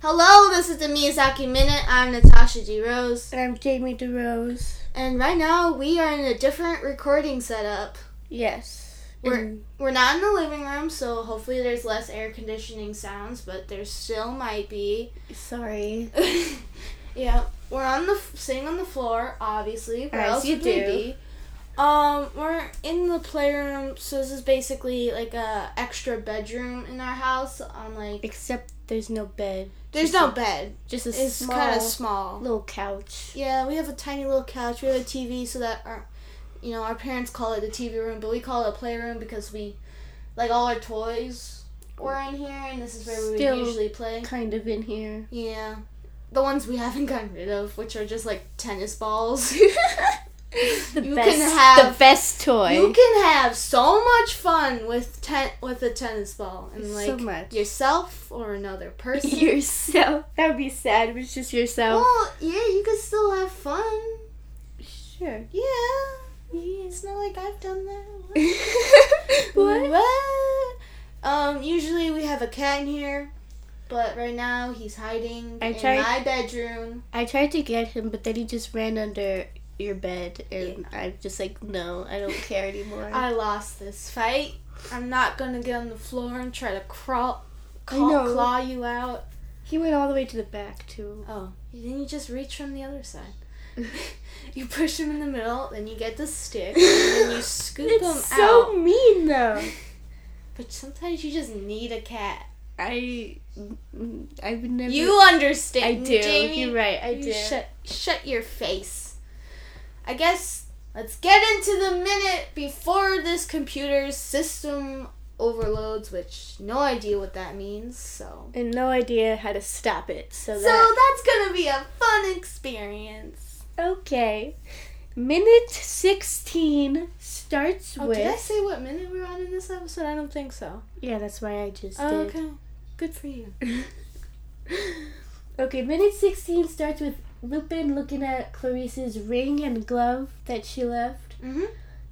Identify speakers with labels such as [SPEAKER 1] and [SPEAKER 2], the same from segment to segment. [SPEAKER 1] Hello, this is the Miyazaki Minute. I'm Natasha D. Rose.
[SPEAKER 2] And I'm Jamie DeRose.
[SPEAKER 1] And right now we are in a different recording setup.
[SPEAKER 2] Yes.
[SPEAKER 1] We're-
[SPEAKER 2] And
[SPEAKER 1] We're not in the living room, so hopefully there's less air conditioning sounds, but there still might be.
[SPEAKER 2] sorry.
[SPEAKER 1] yeah, we're on the f- sitting on the floor, obviously. Where
[SPEAKER 2] As
[SPEAKER 1] else
[SPEAKER 2] you
[SPEAKER 1] would we
[SPEAKER 2] do.
[SPEAKER 1] be? Um, we're in the playroom, so this is basically like a extra bedroom in our house. On like,
[SPEAKER 2] Except there's no bed.
[SPEAKER 1] there's no bed.
[SPEAKER 2] Just a
[SPEAKER 1] It's
[SPEAKER 2] small
[SPEAKER 1] kind of small.
[SPEAKER 2] little couch.
[SPEAKER 1] Yeah, we have a tiny little couch. We have a TV so that our, you know, our parents call it the TV room, but we call it a playroom because we, like, all our toys were in here, and this is where we
[SPEAKER 2] Still-
[SPEAKER 1] would usually play.
[SPEAKER 2] Kind of in here.
[SPEAKER 1] Yeah, the ones we haven't gotten rid of, which are just like tennis balls.
[SPEAKER 2] The
[SPEAKER 1] You can
[SPEAKER 2] best
[SPEAKER 1] have-
[SPEAKER 2] the best toy.
[SPEAKER 1] you can have so much fun with ten with a tennis ball and
[SPEAKER 2] So
[SPEAKER 1] like
[SPEAKER 2] much.
[SPEAKER 1] yourself or another person.
[SPEAKER 2] yourself. That would be sad if it's just yourself.
[SPEAKER 1] well, yeah, you could still have fun.
[SPEAKER 2] Sure.
[SPEAKER 1] Yeah,
[SPEAKER 2] Yeah.
[SPEAKER 1] it's not like I've done that.
[SPEAKER 2] what?
[SPEAKER 1] What? Um, usually we have a cat in here, but right now he's hiding
[SPEAKER 2] I
[SPEAKER 1] in
[SPEAKER 2] tried-
[SPEAKER 1] my bedroom.
[SPEAKER 2] I tried to get him, but then he just ran under your bed, and I'm just like, no, I don't care anymore.
[SPEAKER 1] I lost this fight. I'm not gonna get on the floor and try to crawl,
[SPEAKER 2] I
[SPEAKER 1] claw,
[SPEAKER 2] know.
[SPEAKER 1] claw you out.
[SPEAKER 2] he went all the way to the back too.
[SPEAKER 1] Oh, then you just reach from the other side. you push him in the middle, then you get the stick, and then you scoop him
[SPEAKER 2] it's so
[SPEAKER 1] out.
[SPEAKER 2] mean though.
[SPEAKER 1] But sometimes you just need a cat.
[SPEAKER 2] I I would never.
[SPEAKER 1] You
[SPEAKER 2] I
[SPEAKER 1] understand?
[SPEAKER 2] do.
[SPEAKER 1] Jamie.
[SPEAKER 2] You're right. I
[SPEAKER 1] You
[SPEAKER 2] do.
[SPEAKER 1] Shut, shut your face. I guess let's get into the minute before this computer's system overloads, which no idea what that means. So,
[SPEAKER 2] and no idea how to stop it. So,
[SPEAKER 1] so
[SPEAKER 2] that
[SPEAKER 1] that's gonna be a fun experience.
[SPEAKER 2] okay. Minute sixteen starts
[SPEAKER 1] Oh,
[SPEAKER 2] with.
[SPEAKER 1] did I say what minute we're on in this episode? I don't think so.
[SPEAKER 2] Yeah, that's why I just
[SPEAKER 1] Oh,
[SPEAKER 2] did.
[SPEAKER 1] okay, good for you.
[SPEAKER 2] okay, minute 16 starts with Lupin looking at Clarice's ring and glove that she left,
[SPEAKER 1] hmm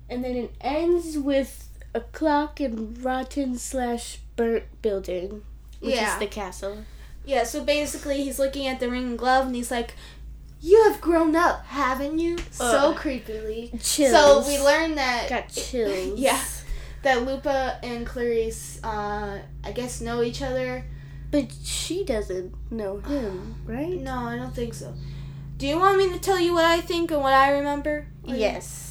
[SPEAKER 2] and then it ends with a clock and rotten slash burnt building, which
[SPEAKER 1] Yeah.
[SPEAKER 2] is the castle.
[SPEAKER 1] Yeah. So basically, he's looking at the ring and glove, and he's like, "You have grown up, haven't you?" So
[SPEAKER 2] Ugh.
[SPEAKER 1] creepily.
[SPEAKER 2] Chills.
[SPEAKER 1] So we learned that
[SPEAKER 2] Got chills.
[SPEAKER 1] Yeah. that Lupa and Clarice, uh, I guess, know each other.
[SPEAKER 2] But she doesn't know him, right?
[SPEAKER 1] No, I don't think so. Do you want me to tell you what I think and what I remember? Like,
[SPEAKER 2] Yes.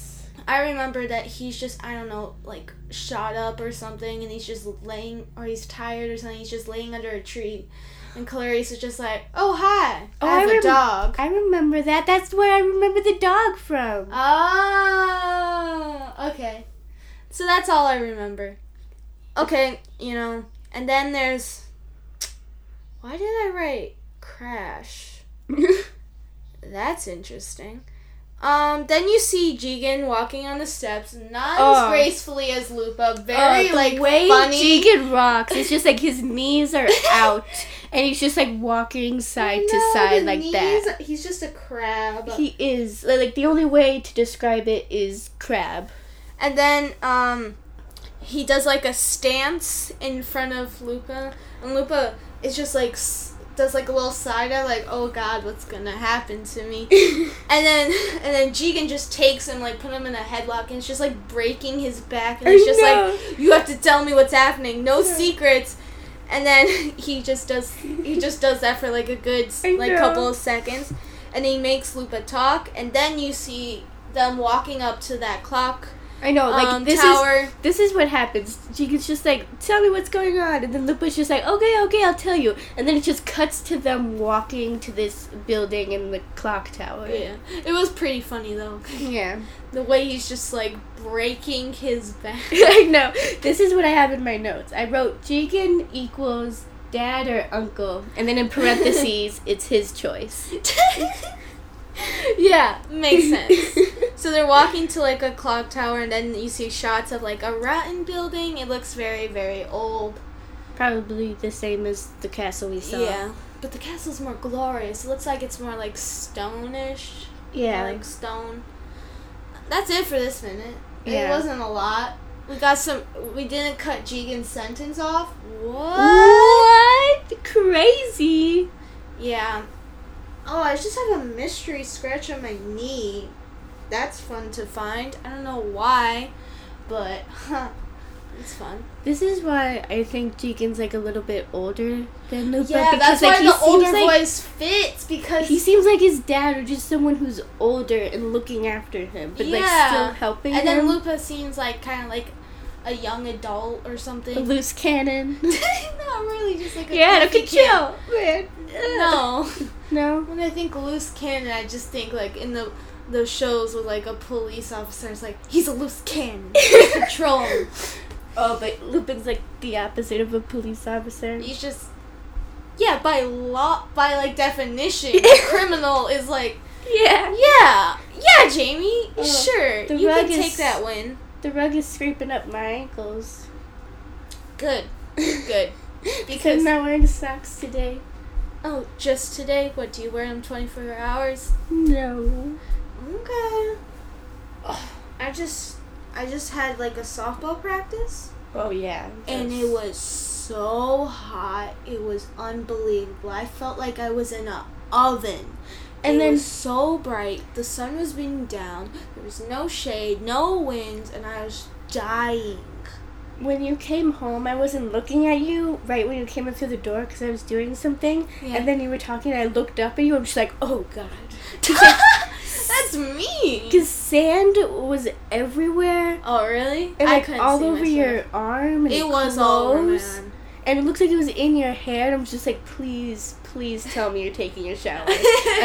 [SPEAKER 1] I remember that he's just, I don't know, like shot up or something, and he's just laying, or he's tired or something, he's just laying under a tree. And Clarice is just like, oh, hi. I
[SPEAKER 2] Oh, I
[SPEAKER 1] have a
[SPEAKER 2] remem-
[SPEAKER 1] dog.
[SPEAKER 2] I remember that. That's where I remember the dog from.
[SPEAKER 1] Oh, okay. So that's all I remember. Okay, you know, and then there's. Why did I write crash? That's interesting. Um, then you see Jigen walking on the steps, not
[SPEAKER 2] Oh.
[SPEAKER 1] as gracefully as Lupa, very
[SPEAKER 2] Oh, the
[SPEAKER 1] like
[SPEAKER 2] way
[SPEAKER 1] funny.
[SPEAKER 2] Jigen rocks. It's just like his knees are out, and he's just like walking side to
[SPEAKER 1] No,
[SPEAKER 2] side
[SPEAKER 1] the
[SPEAKER 2] like
[SPEAKER 1] knees-
[SPEAKER 2] that.
[SPEAKER 1] He's just a crab.
[SPEAKER 2] He is li- like the only way to describe it is crab.
[SPEAKER 1] And then um, he does like a stance in front of Lupa, and Lupa is just like s- does like a little side eye, like "Oh God, what's gonna happen to me?" and then and then Jigen just takes him, like put him in a headlock, and it's just like breaking his back, and
[SPEAKER 2] I
[SPEAKER 1] it's just
[SPEAKER 2] know.
[SPEAKER 1] like you have to tell me what's happening, no
[SPEAKER 2] Yeah.
[SPEAKER 1] secrets. And then he just does he just does that for like a good
[SPEAKER 2] I
[SPEAKER 1] like
[SPEAKER 2] know.
[SPEAKER 1] couple of seconds, and he makes Lupa talk, and then you see them walking up to that clock
[SPEAKER 2] I know, like
[SPEAKER 1] um,
[SPEAKER 2] this is
[SPEAKER 1] tower.
[SPEAKER 2] this is what happens. Jigen's just like, tell me what's going on, and then Lupa's just like, okay, okay, I'll tell you, and then it just cuts to them walking to this building in the clock tower.
[SPEAKER 1] Oh, yeah, it was pretty funny though.
[SPEAKER 2] Yeah.
[SPEAKER 1] The way he's just like breaking his back.
[SPEAKER 2] I know. This is what I have in my notes. I wrote Jigen equals dad or uncle, and then in parentheses, it's his choice.
[SPEAKER 1] yeah, makes sense. so they're walking to like a clock tower, and then you see shots of like a rotten building. It looks very, very old.
[SPEAKER 2] Probably the same as the castle we saw.
[SPEAKER 1] Yeah, but the castle's more glorious. It looks like it's more like stone-ish.
[SPEAKER 2] Yeah.
[SPEAKER 1] like stone. That's it for this minute. It
[SPEAKER 2] Yeah.
[SPEAKER 1] wasn't a lot. We got some. We didn't cut Jigen's sentence off. What?
[SPEAKER 2] what? Crazy.
[SPEAKER 1] Yeah. Oh, I just have a mystery scratch on my knee. That's fun to find. I don't know why, but it's fun.
[SPEAKER 2] This is why I think Deacon's like a little bit older than Lupa.
[SPEAKER 1] yeah, that's
[SPEAKER 2] like,
[SPEAKER 1] why
[SPEAKER 2] he
[SPEAKER 1] the
[SPEAKER 2] seems
[SPEAKER 1] older
[SPEAKER 2] like,
[SPEAKER 1] voice fits because
[SPEAKER 2] He seems like his dad, or just someone who's older and looking after him, but like
[SPEAKER 1] Yeah.
[SPEAKER 2] still helping
[SPEAKER 1] and then
[SPEAKER 2] him.
[SPEAKER 1] Lupa seems like kind of like a young adult or
[SPEAKER 2] A
[SPEAKER 1] something.
[SPEAKER 2] loose cannon.
[SPEAKER 1] Not really, just like a
[SPEAKER 2] yeah,
[SPEAKER 1] goofy
[SPEAKER 2] okay,
[SPEAKER 1] kid.
[SPEAKER 2] chill, man.
[SPEAKER 1] No.
[SPEAKER 2] no.
[SPEAKER 1] When I think loose cannon, I just think like in the the shows with like a police officer is like he's a loose cannon, Just patrol. him."
[SPEAKER 2] Oh, but Lupin's like the opposite of a police officer.
[SPEAKER 1] He's just yeah by law by like definition, a criminal is like
[SPEAKER 2] Yeah.
[SPEAKER 1] yeah yeah Jamie
[SPEAKER 2] Ugh,
[SPEAKER 1] sure
[SPEAKER 2] the
[SPEAKER 1] you can
[SPEAKER 2] rug is-
[SPEAKER 1] take that win
[SPEAKER 2] The rug is scraping up my ankles.
[SPEAKER 1] good good
[SPEAKER 2] Because
[SPEAKER 1] because
[SPEAKER 2] I'm not wearing socks today.
[SPEAKER 1] oh just today what do you wear them twenty four hours
[SPEAKER 2] No.
[SPEAKER 1] okay I just I just had like a softball practice.
[SPEAKER 2] Oh yeah.
[SPEAKER 1] and it was so hot it was unbelievable i felt like i was in a oven
[SPEAKER 2] And
[SPEAKER 1] and
[SPEAKER 2] then-
[SPEAKER 1] then so bright the sun was beating down there was no shade no wind and i was dying
[SPEAKER 2] when you came home, I wasn't looking at you right when you came in through the door because I was doing something.
[SPEAKER 1] Yeah.
[SPEAKER 2] And then you were talking, and I looked up at you. I'm just like, oh god,
[SPEAKER 1] that's me
[SPEAKER 2] because sand was everywhere.
[SPEAKER 1] oh really
[SPEAKER 2] And like
[SPEAKER 1] couldn't
[SPEAKER 2] all
[SPEAKER 1] see
[SPEAKER 2] over
[SPEAKER 1] myself.
[SPEAKER 2] your arm. And
[SPEAKER 1] it
[SPEAKER 2] your
[SPEAKER 1] was all over my
[SPEAKER 2] clothes,
[SPEAKER 1] arm.
[SPEAKER 2] And it looks like it was in your hair. And I'm just like, please, please tell me you're taking a shower. like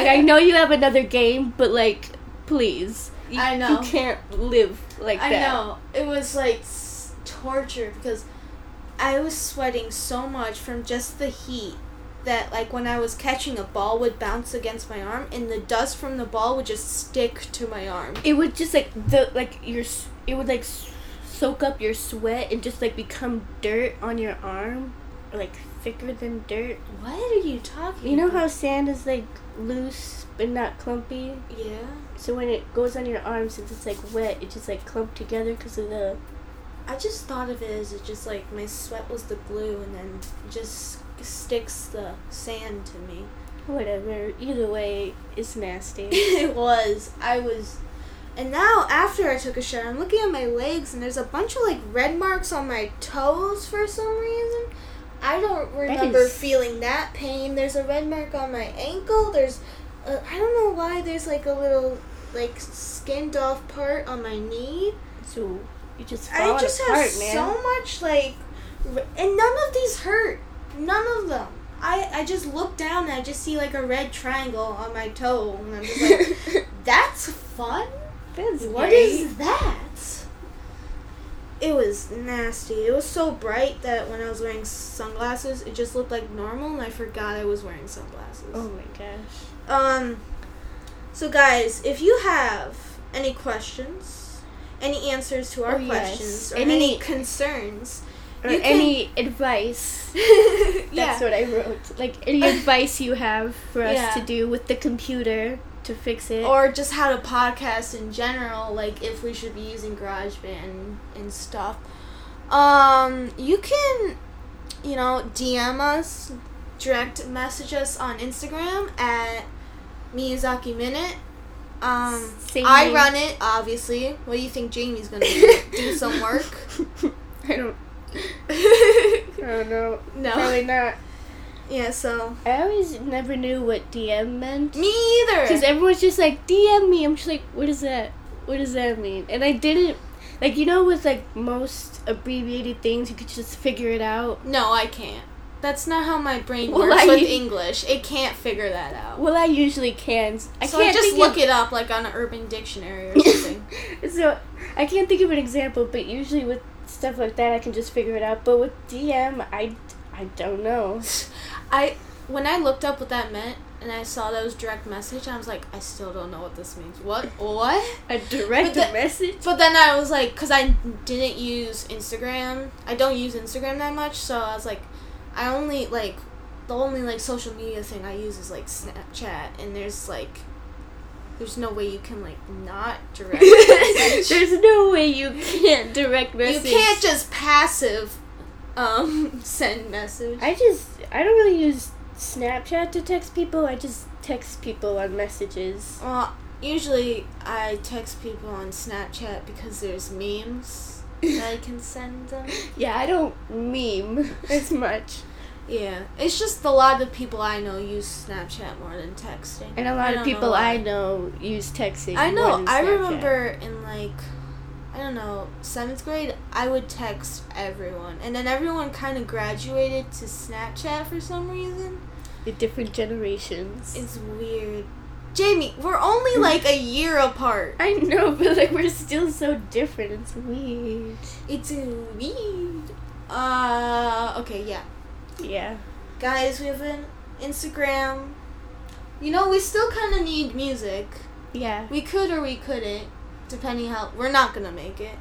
[SPEAKER 2] I know you have another game, but like, please, you,
[SPEAKER 1] I
[SPEAKER 2] you
[SPEAKER 1] know.
[SPEAKER 2] can't live like
[SPEAKER 1] I
[SPEAKER 2] that.
[SPEAKER 1] know. It was like s- torture because I was sweating so much from just the heat that like when I was catching a ball would bounce against my arm and the dust from the ball would just stick to my arm.
[SPEAKER 2] it would just like the like your s- it would like s- soak up your sweat and just like become dirt on your arm or, like thicker than dirt
[SPEAKER 1] What are you talking?
[SPEAKER 2] you know how
[SPEAKER 1] about?
[SPEAKER 2] sand is like loose but not clumpy
[SPEAKER 1] Yeah.
[SPEAKER 2] so when it goes on your arm since it's like wet it just like clumped together because of the
[SPEAKER 1] I just thought of it as it just like my sweat was the glue and then it just sticks the sand to me.
[SPEAKER 2] whatever either way it's nasty
[SPEAKER 1] it was. I was. And now, after I took a shower, I'm looking at my legs, and there's a bunch of like red marks on my toes for some reason. I don't remember
[SPEAKER 2] is-
[SPEAKER 1] feeling that pain. There's a red mark on my ankle. There's, uh, I don't know why. There's like a little like skinned off part on my knee.
[SPEAKER 2] so you just fall
[SPEAKER 1] I just
[SPEAKER 2] apart
[SPEAKER 1] have
[SPEAKER 2] man
[SPEAKER 1] so much like, r- and none of these hurt. None of them. I I just look down and I just see like a red triangle on my toe, and I'm just like. That's fun?
[SPEAKER 2] That's
[SPEAKER 1] What
[SPEAKER 2] great.
[SPEAKER 1] is that? It was nasty. It was so bright that when I was wearing sunglasses, it just looked like normal and I forgot I was wearing sunglasses.
[SPEAKER 2] oh my gosh
[SPEAKER 1] Um so guys, if you have any questions, any answers to our
[SPEAKER 2] Oh, yes.
[SPEAKER 1] questions, or
[SPEAKER 2] Any-
[SPEAKER 1] any, concerns,
[SPEAKER 2] or
[SPEAKER 1] You can-
[SPEAKER 2] any advice
[SPEAKER 1] yeah.
[SPEAKER 2] That's what I wrote. Like any advice you have for us
[SPEAKER 1] Yeah.
[SPEAKER 2] to do with the computer to fix it?
[SPEAKER 1] or just how to podcast in general, like if we should be using GarageBand and stuff. Um, you can, you know, DM us, direct message us on Instagram at Miyazaki Minute. Um,
[SPEAKER 2] Same
[SPEAKER 1] I
[SPEAKER 2] name.
[SPEAKER 1] run it, obviously. What do you think Jamie's gonna do? do some work?
[SPEAKER 2] I don't. I don't know.
[SPEAKER 1] no.
[SPEAKER 2] Probably not.
[SPEAKER 1] Yeah. So
[SPEAKER 2] I always never knew what DM meant
[SPEAKER 1] me either.
[SPEAKER 2] because everyone's just like DM me. I'm just like, what is that? What does that mean? And I didn't. Like you know, with like most abbreviated things, you could just figure it out.
[SPEAKER 1] no, I can't. That's not how my brain
[SPEAKER 2] Well,
[SPEAKER 1] works
[SPEAKER 2] I-
[SPEAKER 1] with English. It can't figure that out.
[SPEAKER 2] Well, I usually can. I
[SPEAKER 1] so
[SPEAKER 2] can't
[SPEAKER 1] I just
[SPEAKER 2] think
[SPEAKER 1] look
[SPEAKER 2] of-
[SPEAKER 1] it up like on Urban Dictionary or something.
[SPEAKER 2] So I can't think of an example, but usually with stuff like that, I can just figure it out. But with DM, I, I don't know.
[SPEAKER 1] I when I looked up what that meant and I saw that was direct message, I was like, I still don't know what this means. What? What?
[SPEAKER 2] A direct
[SPEAKER 1] But the-
[SPEAKER 2] message.
[SPEAKER 1] But then I was like, because I didn't use Instagram. I don't use Instagram that much, so I was like, I only like the only like social media thing I use is like Snapchat, and there's like. There's no way you can like not direct message.
[SPEAKER 2] There's no way you can't direct message.
[SPEAKER 1] You can't just passive um send message.
[SPEAKER 2] I just I don't really use Snapchat to text people. I just text people on messages.
[SPEAKER 1] Well, usually I text people on Snapchat because there's memes that I can send them.
[SPEAKER 2] Yeah, I don't meme as much.
[SPEAKER 1] Yeah, it's just a lot of people I know use Snapchat more than texting.
[SPEAKER 2] And a lot
[SPEAKER 1] I
[SPEAKER 2] of
[SPEAKER 1] don't know
[SPEAKER 2] people
[SPEAKER 1] why.
[SPEAKER 2] I know use texting.
[SPEAKER 1] I
[SPEAKER 2] more
[SPEAKER 1] know.
[SPEAKER 2] than
[SPEAKER 1] I
[SPEAKER 2] Snapchat.
[SPEAKER 1] remember in like, I don't know, seventh grade, I would text everyone, and then everyone kind of graduated to Snapchat for some reason.
[SPEAKER 2] the different generations.
[SPEAKER 1] It's weird. Jamie, we're only like a year apart.
[SPEAKER 2] Mm-hmm. I know, but like we're still so different. It's weird.
[SPEAKER 1] It's weird. Uh, okay, yeah,
[SPEAKER 2] Yeah.
[SPEAKER 1] guys, we have an Instagram. You know, we still kind of need music.
[SPEAKER 2] Yeah.
[SPEAKER 1] We could or we couldn't, depending how. We're not gonna make it.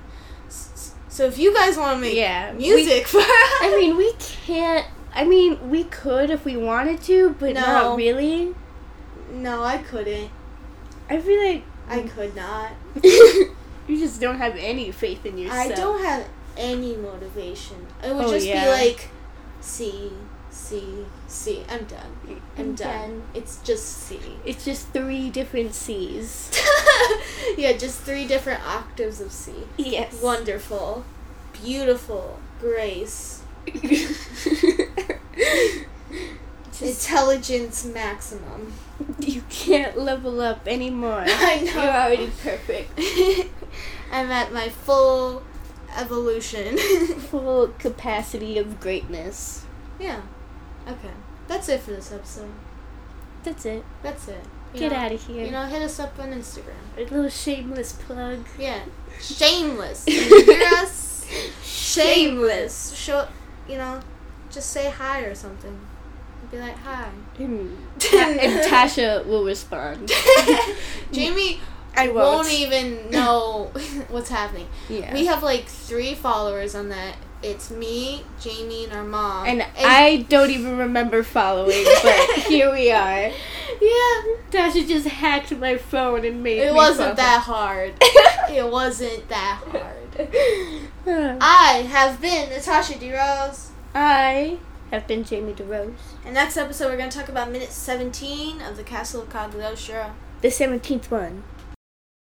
[SPEAKER 1] S- s- So if you guys want to make
[SPEAKER 2] Yeah.
[SPEAKER 1] music for us,
[SPEAKER 2] I mean, we can't. I mean, we could if we wanted to, but
[SPEAKER 1] No.
[SPEAKER 2] not really.
[SPEAKER 1] no, I couldn't.
[SPEAKER 2] I feel like
[SPEAKER 1] I could not.
[SPEAKER 2] you just don't have any faith in yourself.
[SPEAKER 1] I don't have any motivation. It would
[SPEAKER 2] Oh,
[SPEAKER 1] just
[SPEAKER 2] yeah.
[SPEAKER 1] be like, C, C, C. I'm done. I'm done. It's just C.
[SPEAKER 2] It's just three different C's.
[SPEAKER 1] yeah, just three different octaves of C.
[SPEAKER 2] Yes. One.
[SPEAKER 1] Wonderful, beautiful, grace,
[SPEAKER 2] just,
[SPEAKER 1] intelligence maximum.
[SPEAKER 2] you can't level up anymore.
[SPEAKER 1] I know.
[SPEAKER 2] Oh, You're already perfect.
[SPEAKER 1] I'm at my full evolution.
[SPEAKER 2] Full capacity of greatness.
[SPEAKER 1] yeah. Okay. That's it for this episode.
[SPEAKER 2] That's it.
[SPEAKER 1] That's it. You
[SPEAKER 2] Get
[SPEAKER 1] know-
[SPEAKER 2] out of here.
[SPEAKER 1] You know, hit us up on Instagram.
[SPEAKER 2] a little shameless plug.
[SPEAKER 1] Yeah. Shameless. You hear us? Shameless. Show, you know, just say hi or something. Be like, hi.
[SPEAKER 2] And, Ta- and Tasha will respond.
[SPEAKER 1] Jamie
[SPEAKER 2] I
[SPEAKER 1] won't. even know what's happening.
[SPEAKER 2] Yeah.
[SPEAKER 1] We have like three followers on that. It's me, Jamie, and our mom.
[SPEAKER 2] and I don't even remember following, but here we are.
[SPEAKER 1] Yeah.
[SPEAKER 2] Tasha just hacked my phone and made
[SPEAKER 1] It
[SPEAKER 2] me
[SPEAKER 1] wasn't
[SPEAKER 2] follow.
[SPEAKER 1] that hard. it wasn't that hard.
[SPEAKER 2] Huh.
[SPEAKER 1] I have been Natasha D. Rose.
[SPEAKER 2] I have been Jamie DeRose.
[SPEAKER 1] And next episode, we're going to talk about minute 17 of the Castle of Cagliostro.
[SPEAKER 2] The 17th one.